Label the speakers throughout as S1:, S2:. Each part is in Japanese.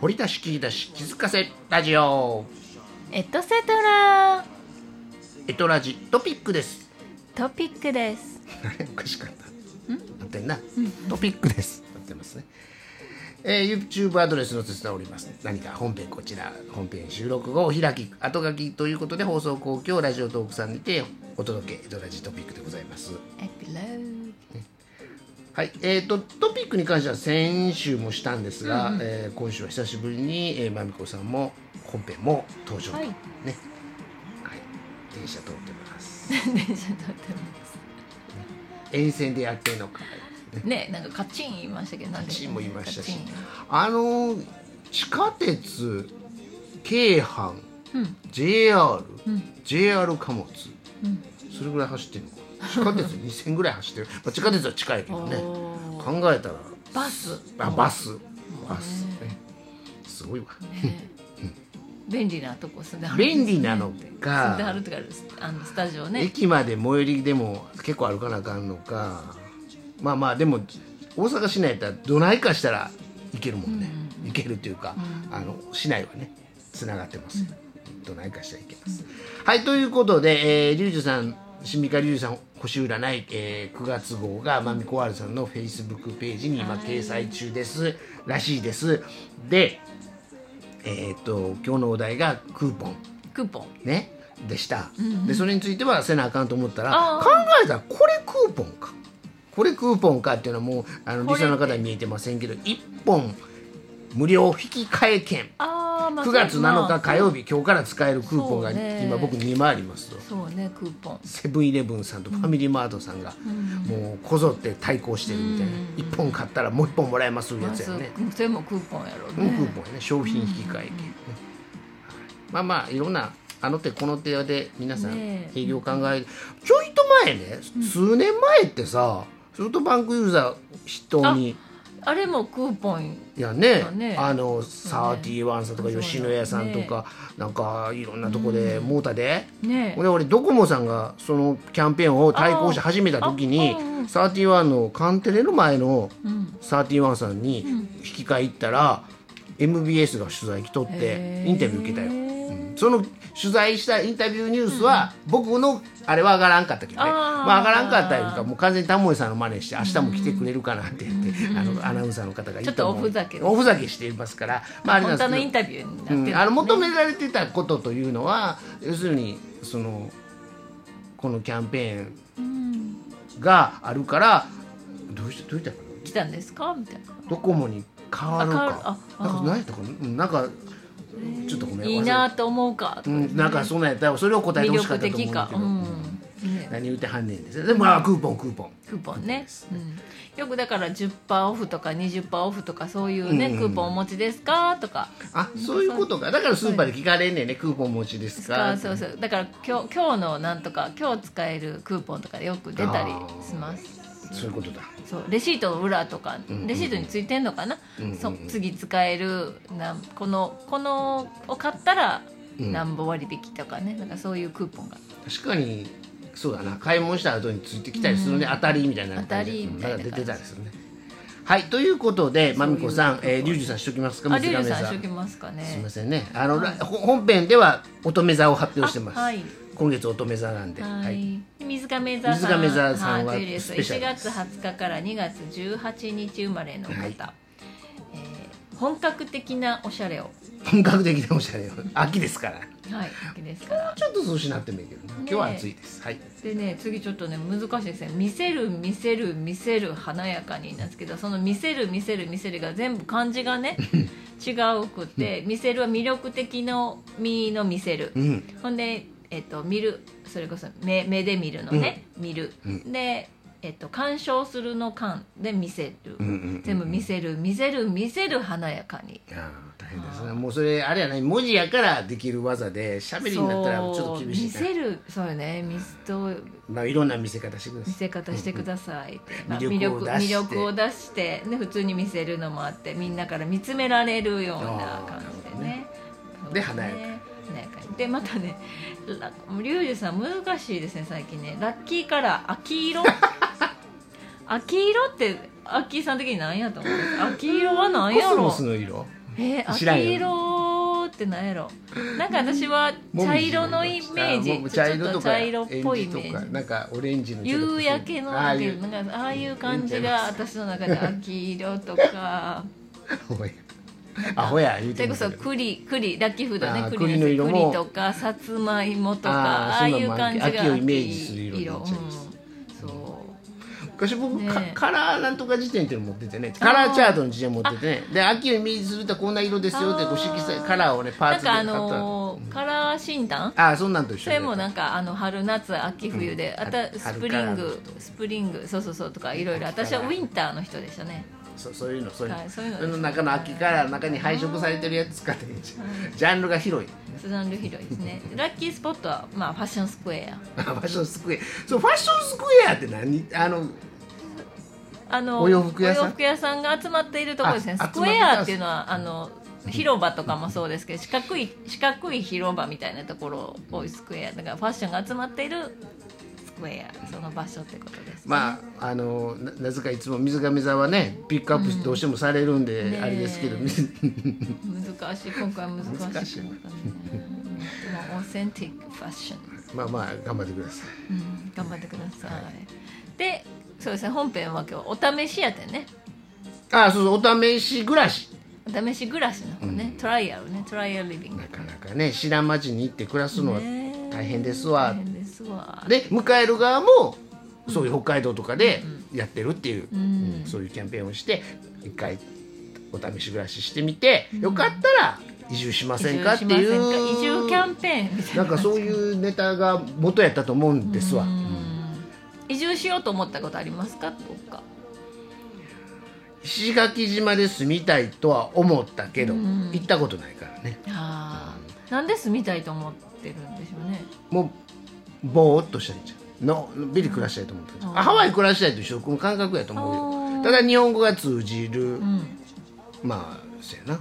S1: 掘り出し切り出し気づかせラジオ
S2: エトセトラ
S1: エトラジトピックです
S2: トピックです
S1: あれ おかしかったなってんなトピックですなってますねえー、YouTube アドレスの伝わります何か本編こちら本編収録後お開き後書きということで放送公共ラジオトークさんにてお届けエトラジトピックでございます
S2: エピロー
S1: はい、えー、とトピックに関しては先週もしたんですが、えー今週は久しぶりに、えー、まみこさんも本編も登場と、
S2: はい
S1: ね、はい、電車通ってます。
S2: 電車撮ってます
S1: 沿線でやってるのか、
S2: ねなんかカチン言いましたけどなんで
S1: チンもいましたし
S2: カチン、
S1: あのー地下鉄、京阪、
S2: うん、
S1: JR、
S2: ん
S1: JR 貨物、
S2: うん
S1: それぐらい走ってるのかな。地下鉄2000ぐらい走ってる。まあ、地下鉄は近いけどね。
S2: おー
S1: 考えたら
S2: バス
S1: あバスバス、ね、すごいわ
S2: ね 便利なとこ住んである
S1: 便利なの
S2: 住んであ
S1: か
S2: るとかあのスタジオね
S1: 駅まで最寄りでも結構歩かなあかんのかまあまあでも大阪市内やったらどないかしたらいけるもんね、行けるというか、あの市内はねつながってます、どないかしたらいけます、はいということで、えー、リュウジさん新美香リュウジさん星占い、えー、9月号がまみこわるさんのフェイスブックページに今掲載中ですらしいですでえーっと今日のお題がクーポン
S2: クーポン
S1: ねでした、でそれについてはせなあかんと思ったら
S2: あー
S1: 考えたらこれクーポンかこれクーポンかっていうのはもうあの
S2: こ
S1: リ
S2: れ
S1: スナーの方は見えてませんけど1本無料引き換え券
S2: あー、まあ、
S1: 9月7日火曜
S2: 日
S1: 日今日から使えるクーポンが
S2: そうね
S1: 今僕2枚ありますと
S2: そうねクーポン
S1: セブンイレブンさんとファミリーマートさんがもうこぞって対抗してるみたいな1本買ったらもう1本もらえますいうや
S2: ま
S1: つ
S2: ず
S1: やね
S2: それもクーポンやろう
S1: うんクー
S2: ね
S1: ポンやね商品引き換え券、まあまあいろんなあの手この手で皆さん
S2: ねえ
S1: 営業考え、ちょいと前ね、数年前ってさソフトバンクユーザー人に
S2: あれもクーポン
S1: いやね
S2: だね
S1: あのサーティワンさんとか
S2: そうだ
S1: 吉野家さんとか、なんかいろんなとこでモータで、
S2: ね
S1: 俺俺ドコモさんがそのキャンペーンを対抗して始めた時に
S2: ああうんうん
S1: サーティワンのカンテレの前の
S2: うん
S1: サーティワンさんに引き換え行ったら、MBS が取材来とっ
S2: へ
S1: て
S2: ー
S1: インタビュー受けたよ、うんその取材したインタビューニュースは、僕のあれは上がらんかったけどね
S2: あー
S1: まあ、上がらんかったよりかもう完全にタモリさんの真似して明日も来てくれるかなって言って、あのアナウンサーの方がいいと思う
S2: ちょっとおふざけ
S1: おふざけしていますから、まあ、あれなん
S2: 本
S1: ですけ
S2: 当の
S1: ど
S2: インタビューになって
S1: う
S2: る、
S1: ん、あの求められてたことというのは要するにそのこのキャンペー
S2: うん
S1: ンがあるからどうしてどういったかな
S2: 来たんですかみたいな
S1: ドコモに変わるか
S2: あ
S1: な
S2: 変
S1: んか
S2: わるああー
S1: 何やったかなうんなんかちょっとごめん
S2: いい
S1: 忘
S2: な
S1: れ
S2: と思うかとか
S1: う
S2: ね、
S1: ん、なんかそんなんやったらそれを答え
S2: 魅
S1: てほしか
S2: 力
S1: ったと思うん
S2: 的
S1: だ
S2: か
S1: けど、
S2: うん、ね
S1: 何言ってはんねんですよでもまあクーポンクーポン
S2: クーポンね、うん、よくだから10%オフとか20%オフとかそういうね、
S1: うん
S2: クーポンお持ちですかとか
S1: あそういうことかだからスーパーで聞かれんねんねクーポン持ちですか
S2: あそうそうだから今日今日のなんとか今日使えるクーポンとかよく出たりします
S1: そういうことだ
S2: そうレシートの裏とか、
S1: んうん
S2: レシートについてんのかな、
S1: うんうんうん
S2: そ次使えるなんこのこのを買ったら
S1: うん
S2: 何ぼ割引とかね、なんかそういうクーポンが
S1: 確かにそうだな買い物した後についてきたりするね、当たりみたいな
S2: 当たりみたいな
S1: うんんか出てたりするねはいということでまみこさん
S2: そういう
S1: えーリュウジさんしときますか
S2: あ
S1: 水
S2: リュウ
S1: 亀
S2: ジさんし
S1: す
S2: ときますかね
S1: いませんねあの、らほ本編では乙女座を発表してます、
S2: あはい
S1: 今月乙女座なんで
S2: は、
S1: はい
S2: 水亀座さん
S1: 水亀座さんは
S2: はいというです
S1: スペシャル
S2: 1月20日から2月18日生まれの方、
S1: はい
S2: えー本格的なおしゃれを
S1: 本格的なおしゃれを秋ですから
S2: はいわけですから
S1: ちょっとそうしなってもいいけど、ね、今日は暑いですはい
S2: でね次ちょっとね難しいですね「見せる見せる見せる華やかに」なんですけどその「見せる見せる見せる」が全部漢字が ね違うくて「見せる」は魅力的の「見」の「見せる」
S1: うん
S2: ほんで、えっと見るそれこそ目目で見るのね、見る、
S1: うん
S2: で、えっと鑑賞するの鑑で見せる、
S1: うんうんうん
S2: 全部見せる見せる見せる華やかに
S1: あー大変ですねもうそれあれやね文字やからできる技でしゃべりになったらちょっと厳しい
S2: 見せ
S1: な、
S2: るそうよね見せどう
S1: まあ、いろんな見せ方してくだ
S2: 見
S1: さい
S2: せ方してくださいって、まあ
S1: 魅
S2: 魅
S1: 力を
S2: 力
S1: 出して
S2: 魅力を出して、ね、普通に見せるのもあってみんなから見つめられるような感じでね
S1: ーなるほどねで
S2: そう
S1: 華やか
S2: 華やかにでまたねラリュウジさん難しいですね最近ねラッキーカラー 秋色秋色ってアッキーさん的に何やと思う秋色は何や
S1: コス
S2: ろ
S1: モスの色
S2: えー、
S1: 知らんよ
S2: 秋色ってなんやろなんか私は
S1: もみ
S2: 茶
S1: じ
S2: 色のイメー
S1: あも
S2: ジ
S1: み
S2: ち
S1: 茶
S2: ょっ
S1: 色
S2: と
S1: と
S2: 茶
S1: か
S2: 色っぽいイメ
S1: オレンジとか
S2: ージ
S1: なんかオレンジのちょっと
S2: 夕焼けの
S1: あ
S2: な
S1: あ
S2: んて
S1: い
S2: いう
S1: う
S2: なんかああいう感じ
S1: う
S2: が
S1: ん
S2: 私の中で秋色 とか
S1: アホやアホや言う
S2: それ
S1: て
S2: こ
S1: ん
S2: そ
S1: だけど
S2: 栗栗ラッキーフード
S1: あ
S2: ね
S1: ー
S2: 栗の
S1: 栗の色も
S2: 栗とかさつまいもと
S1: あ
S2: か
S1: ー
S2: ああいう感じが
S1: そんなんもある秋をイメージする色になっ
S2: うん
S1: ちゃいます
S2: そ
S1: 昔僕、
S2: ね
S1: カカラーなんとか辞典っていうの持っててねカラーチャートの辞典持っててねで秋をイメージするとこんな色ですよってこう色彩カラーをね
S2: う
S1: パー
S2: なん
S1: ツで買った
S2: かあのーカラー診断
S1: ああそんなんと一緒
S2: それもなんんかあの春夏秋冬で、
S1: うん
S2: あた
S1: 春
S2: スプリン
S1: 春
S2: グ
S1: から
S2: スプリングそうそうそうとかいろいろ
S1: 秋から
S2: 私はウィンターの人でしたね
S1: そうそういうのそういうの,、
S2: はいそ
S1: そう
S2: いうの
S1: の中の秋カラーの中に配色されてるやつ使ってんじゃんジャンルが広い
S2: スザンル広いですねラッキースポットは、まあ、ファッションスクエア
S1: ファッションスクエアそうファッションスクエアって何あの
S2: あの
S1: お洋服屋さん
S2: お洋服屋さんが集まっているところですね
S1: あ
S2: スクエアっていうのはあの広場とかもそうですけど四角い四角い広場みたいなところをスクエアだからファッションが集まっているスクエアその場所ってことです、
S1: まああのななぜかいつも水上座はねピックアップどうしてもされるんで、
S2: ねえ
S1: あれですけど、
S2: 難しい今回は難しい
S1: 難しい
S2: も
S1: な
S2: うオーセンティックファッション
S1: まあまあ頑張ってください
S2: うん、頑張ってください、でそうですね本編は今日お試しやてね
S1: ああそうそうお試し暮らし
S2: お試し暮らしの方ね、トライアルねトライアルリビング
S1: なかなかね知らん町に行って暮らすのは
S2: ねえ
S1: 大変ですわ、
S2: 大変ですわ
S1: で迎える側もそういう北海道とかでやってるっていう、
S2: ん
S1: うんそういうキャンペーンをして一回お試し暮らししてみて、よかったら移住しませんかってい
S2: 移住しません
S1: う
S2: か移住キャンペーンみたいな
S1: なんかそういうネタが元やったと思うんですわ、
S2: 移住しようと思ったことありますかとか
S1: 石垣島で住みたいとは思ったけど、行ったことないからね
S2: あーなんで住みたいと思ってるんでしょうね
S1: もうぼーっとしたいじゃんののんびり暮らしたいと思ったんじゃん、
S2: うん
S1: あハワイ暮らしたいと一緒この感覚やと思う
S2: あー
S1: よただ日本語が通じる、
S2: うん
S1: まあそうやな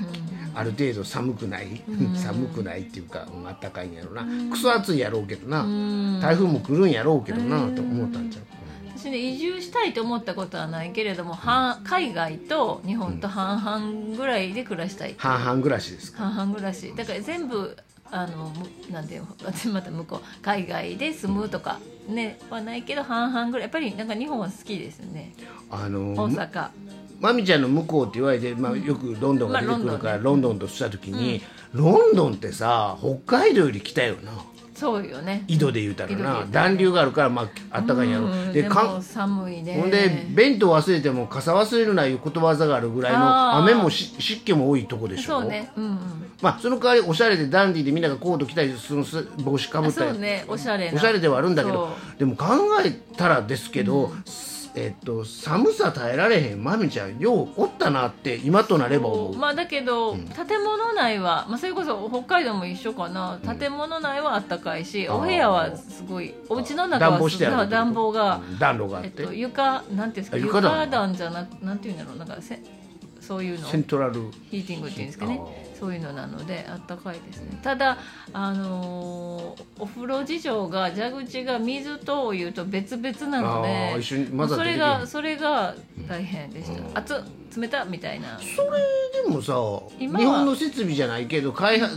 S1: ある程度寒くない、 寒くないっていうか、うんあったかいんやろうな、クソ暑いやろうけどな、
S2: ん
S1: 台風も来るんやろうけどな、と思ったんじゃん、
S2: 私ね移住したいと思ったことはないけれども半海外と日本と半々ぐらいで暮らしたい、
S1: 半々暮らしですか
S2: 半々暮らしだから全部あのむなんていうの 私また向こう海外で住むとかねはないけど半々ぐらいやっぱりなんか日本は好きですね
S1: あの
S2: 大阪
S1: まみちゃんの向こうって言われて、まあ、よくロンドンが出てくるから、
S2: まあ
S1: ロンドンとした時に、ロンドンってさ北海道より北よな
S2: そうよね
S1: 井戸で言うたら
S2: 井戸で言う
S1: な
S2: たら
S1: 暖流があるから、まあ、あったかいんやろ、
S2: うん
S1: で
S2: で
S1: か
S2: も
S1: ん
S2: 寒いね
S1: ほんで弁当忘れても傘忘れるないうことわざがあるぐらいの
S2: あー
S1: 雨もし湿気も多いとこでしょ
S2: そうねうんうん
S1: まあ、その代わりおしゃれでダンディーでみんながコート着たりそのす帽子かぶ
S2: あ
S1: ったり
S2: そうねおしゃれな
S1: おしゃれではあるんだけど
S2: そ
S1: でも考えたらですけど、えっと、寒さ耐えられへんまみちゃんようおったなって今となれば思う、
S2: まあだけど、建物内は、まあ、それこそ北海道も一緒かな建物内はあったかいし、
S1: あー
S2: お部屋はすごいお家の中
S1: 暖
S2: は
S1: 房してある
S2: そう暖房が、
S1: うん暖炉があっ、
S2: えってと、床なんていうんですか
S1: あ床暖
S2: 床暖じゃなくなんていうんだろうなんかせそういうの
S1: セントラル
S2: ヒーティングっていうんですかね
S1: あ
S2: そういうのなのであったかいですねただ、あのーお風呂事情が蛇口が水とお湯と別々なの
S1: あー
S2: で
S1: 一緒に混ざってでき
S2: そ
S1: る
S2: れがそれが大変でした、熱っ冷たっみたいな
S1: それでもさ日
S2: 今は
S1: 本の設備じゃないけど開発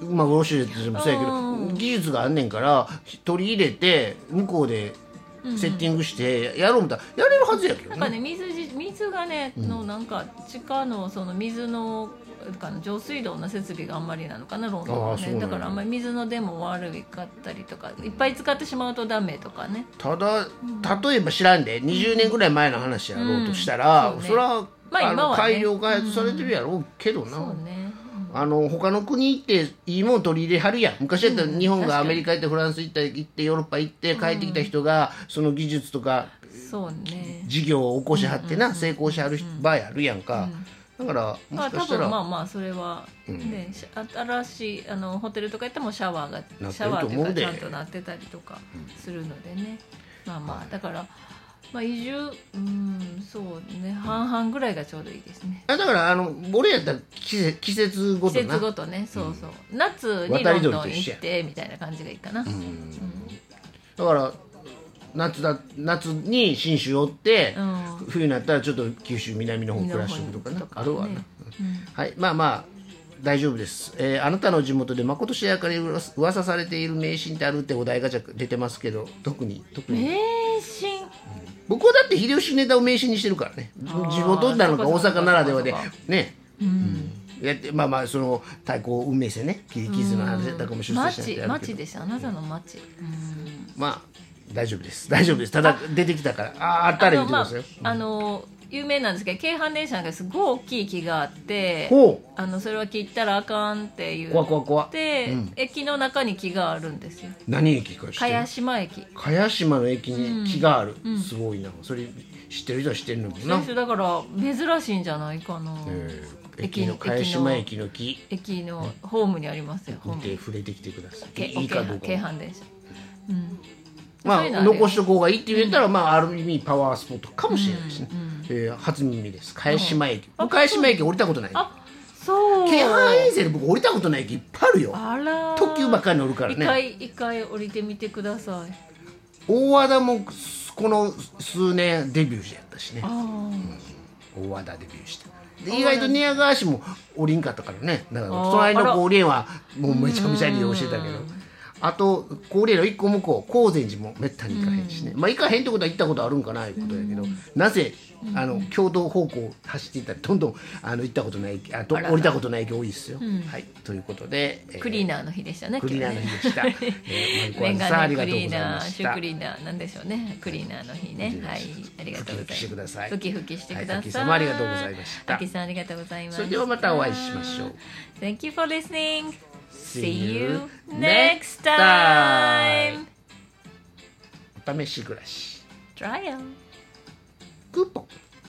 S1: まあウォシュレットでもそうやけ
S2: う
S1: ど技術があんねんから取り入れて向こうでセッティングしてやろうみたいなやれるはずやけど
S2: なん
S1: ね
S2: かね水じ水がねのなんか地下のその水のかな上水道の設備があんまりなのかなロンドンは
S1: ああそう
S2: ね
S1: なんや
S2: だからあんまり水の出も悪かったりとかいっぱい使ってしまうとダメとかね
S1: ただ例えば知らんで20年ぐらい前の話やろうとしたら、
S2: うんそうね
S1: それは、
S2: まあ
S1: あ
S2: 今
S1: の
S2: はね
S1: 改良開発されてるやろうけどな、
S2: そうね
S1: あの他の国行っていいもん取り入れはるやん昔やったら日本
S2: 確か
S1: がア
S2: に
S1: メリカ行ってフランス行ったり行ってヨーロッパ行って帰ってきた人が、その技術とか
S2: そうね
S1: 事業を起こしはってな、成功しはる場合あるやんか、だからも
S2: まあ
S1: しか
S2: 多
S1: した
S2: 分
S1: ら、
S2: まあまあそれはね、し新しいあのホテルとかやってもシャワ
S1: な
S2: ーが
S1: ってると思うで
S2: シャワーというかちゃんとなってたりとかするのでね、まあまあだから、まあ、移住うんそうね半々ぐらいがちょうどいいですね
S1: あだからあの俺やったら季節季節ご
S2: 季
S1: と
S2: 節
S1: な
S2: ごとねそうそう、夏に
S1: 渡
S2: ロ
S1: り鳥
S2: ンド
S1: と
S2: ン
S1: 一緒
S2: 行
S1: や
S2: ってみたいな感じがいいかな、
S1: だから夏だ夏に信州寄って、
S2: うん
S1: 冬になったらちょっと九州南の方暮らしておくとかな
S2: 南の方とか
S1: あるわな、
S2: ねうん
S1: はい、まあまあ大丈夫です、えーあなたの地元でまことしやかに噂噂されている迷信ってあるってお題ガチャ出てますけど特に特に、
S2: 迷信
S1: 僕はだって秀吉ネタを迷信にしてるからね
S2: あー
S1: 地元なのか
S2: そう
S1: 大
S2: かそうか
S1: 阪ならではで
S2: そうかそ
S1: ね
S2: うん
S1: やってまあまあその対抗運命線ね切り傷の話だったかもしれない
S2: マチマチでしたあなたのマチうん
S1: まあ大丈夫です大丈夫ですただ出てきたからあーあったら言ってくださいよ、
S2: あのまああの有名なんですけど京阪電車がすごい大きい木があって
S1: ほう
S2: あのそれは切ったらあかんっていう
S1: 怖怖怖
S2: で、
S1: うん
S2: 駅の中に木があるんですよ
S1: 何駅か知ってる
S2: 茅島駅
S1: 茅島の駅に木がある、
S2: うん
S1: すごいなそれ知ってる人は知ってるのかな
S2: 最初だから珍しいんじゃないかな、
S1: えー
S2: 駅
S1: 駅の茅島駅の木
S2: 駅のホームにありますよホー
S1: 見
S2: ム
S1: て触れてきてください
S2: け
S1: いいかどうか
S2: 京阪電車うん
S1: ま
S2: そう
S1: あ
S2: いうのるよ
S1: 残しとこうがいいって言ったら、まあある意味パワースポットかもしれないしね、
S2: うんうん
S1: えー初耳です茅島駅
S2: あ
S1: 僕茅島駅降りたことない
S2: あそう
S1: 京阪沿線で僕降りたことない駅いっぱいあるよ
S2: あらー
S1: 特急ばっかり乗るから
S2: 一
S1: ね
S2: 回一回降りてみてください
S1: 大和田もこの数年デビューやったしね
S2: ああ
S1: 大和田デビューしたで意外と寝屋川市も降りんかったからねだから隣
S2: あー
S1: の
S2: あら
S1: 郡山はもうめちゃめちゃ利用してたけど
S2: うん
S1: あと郡山の一個向こう高善寺もめったに行かへんしね、まあ行かへんってことは行ったことあるんかないうことやけど、なぜあの共同方向を走っていったらどんどんあの行ったことないあと
S2: あらら
S1: 降りたことない駅多いですよ、
S2: うん
S1: はいということで、えー
S2: クリーナーの日でしたね
S1: クリーナーの日でした、 えーマリコワ
S2: メ
S1: ン
S2: ガ
S1: さんあ
S2: ネ
S1: りが
S2: ク
S1: とう
S2: リ
S1: ござ
S2: ー
S1: い
S2: ナ
S1: ま
S2: ー、
S1: し
S2: シュー
S1: た
S2: クリーナー、なんでしょうね、クリーナーの日ね、はい、ありがとうござい
S1: 復
S2: ます。
S1: 帰してください
S2: 復帰復帰してくださ
S1: は
S2: い。
S1: い秋さんもありがとうございました
S2: 秋さんありがとうございます。
S1: それではまたお会いしましょう。
S2: Thank you for listening.
S1: See
S2: See you
S1: you
S2: next
S1: next time.
S2: time.
S1: お試し暮らし
S2: Try it.
S1: クーポン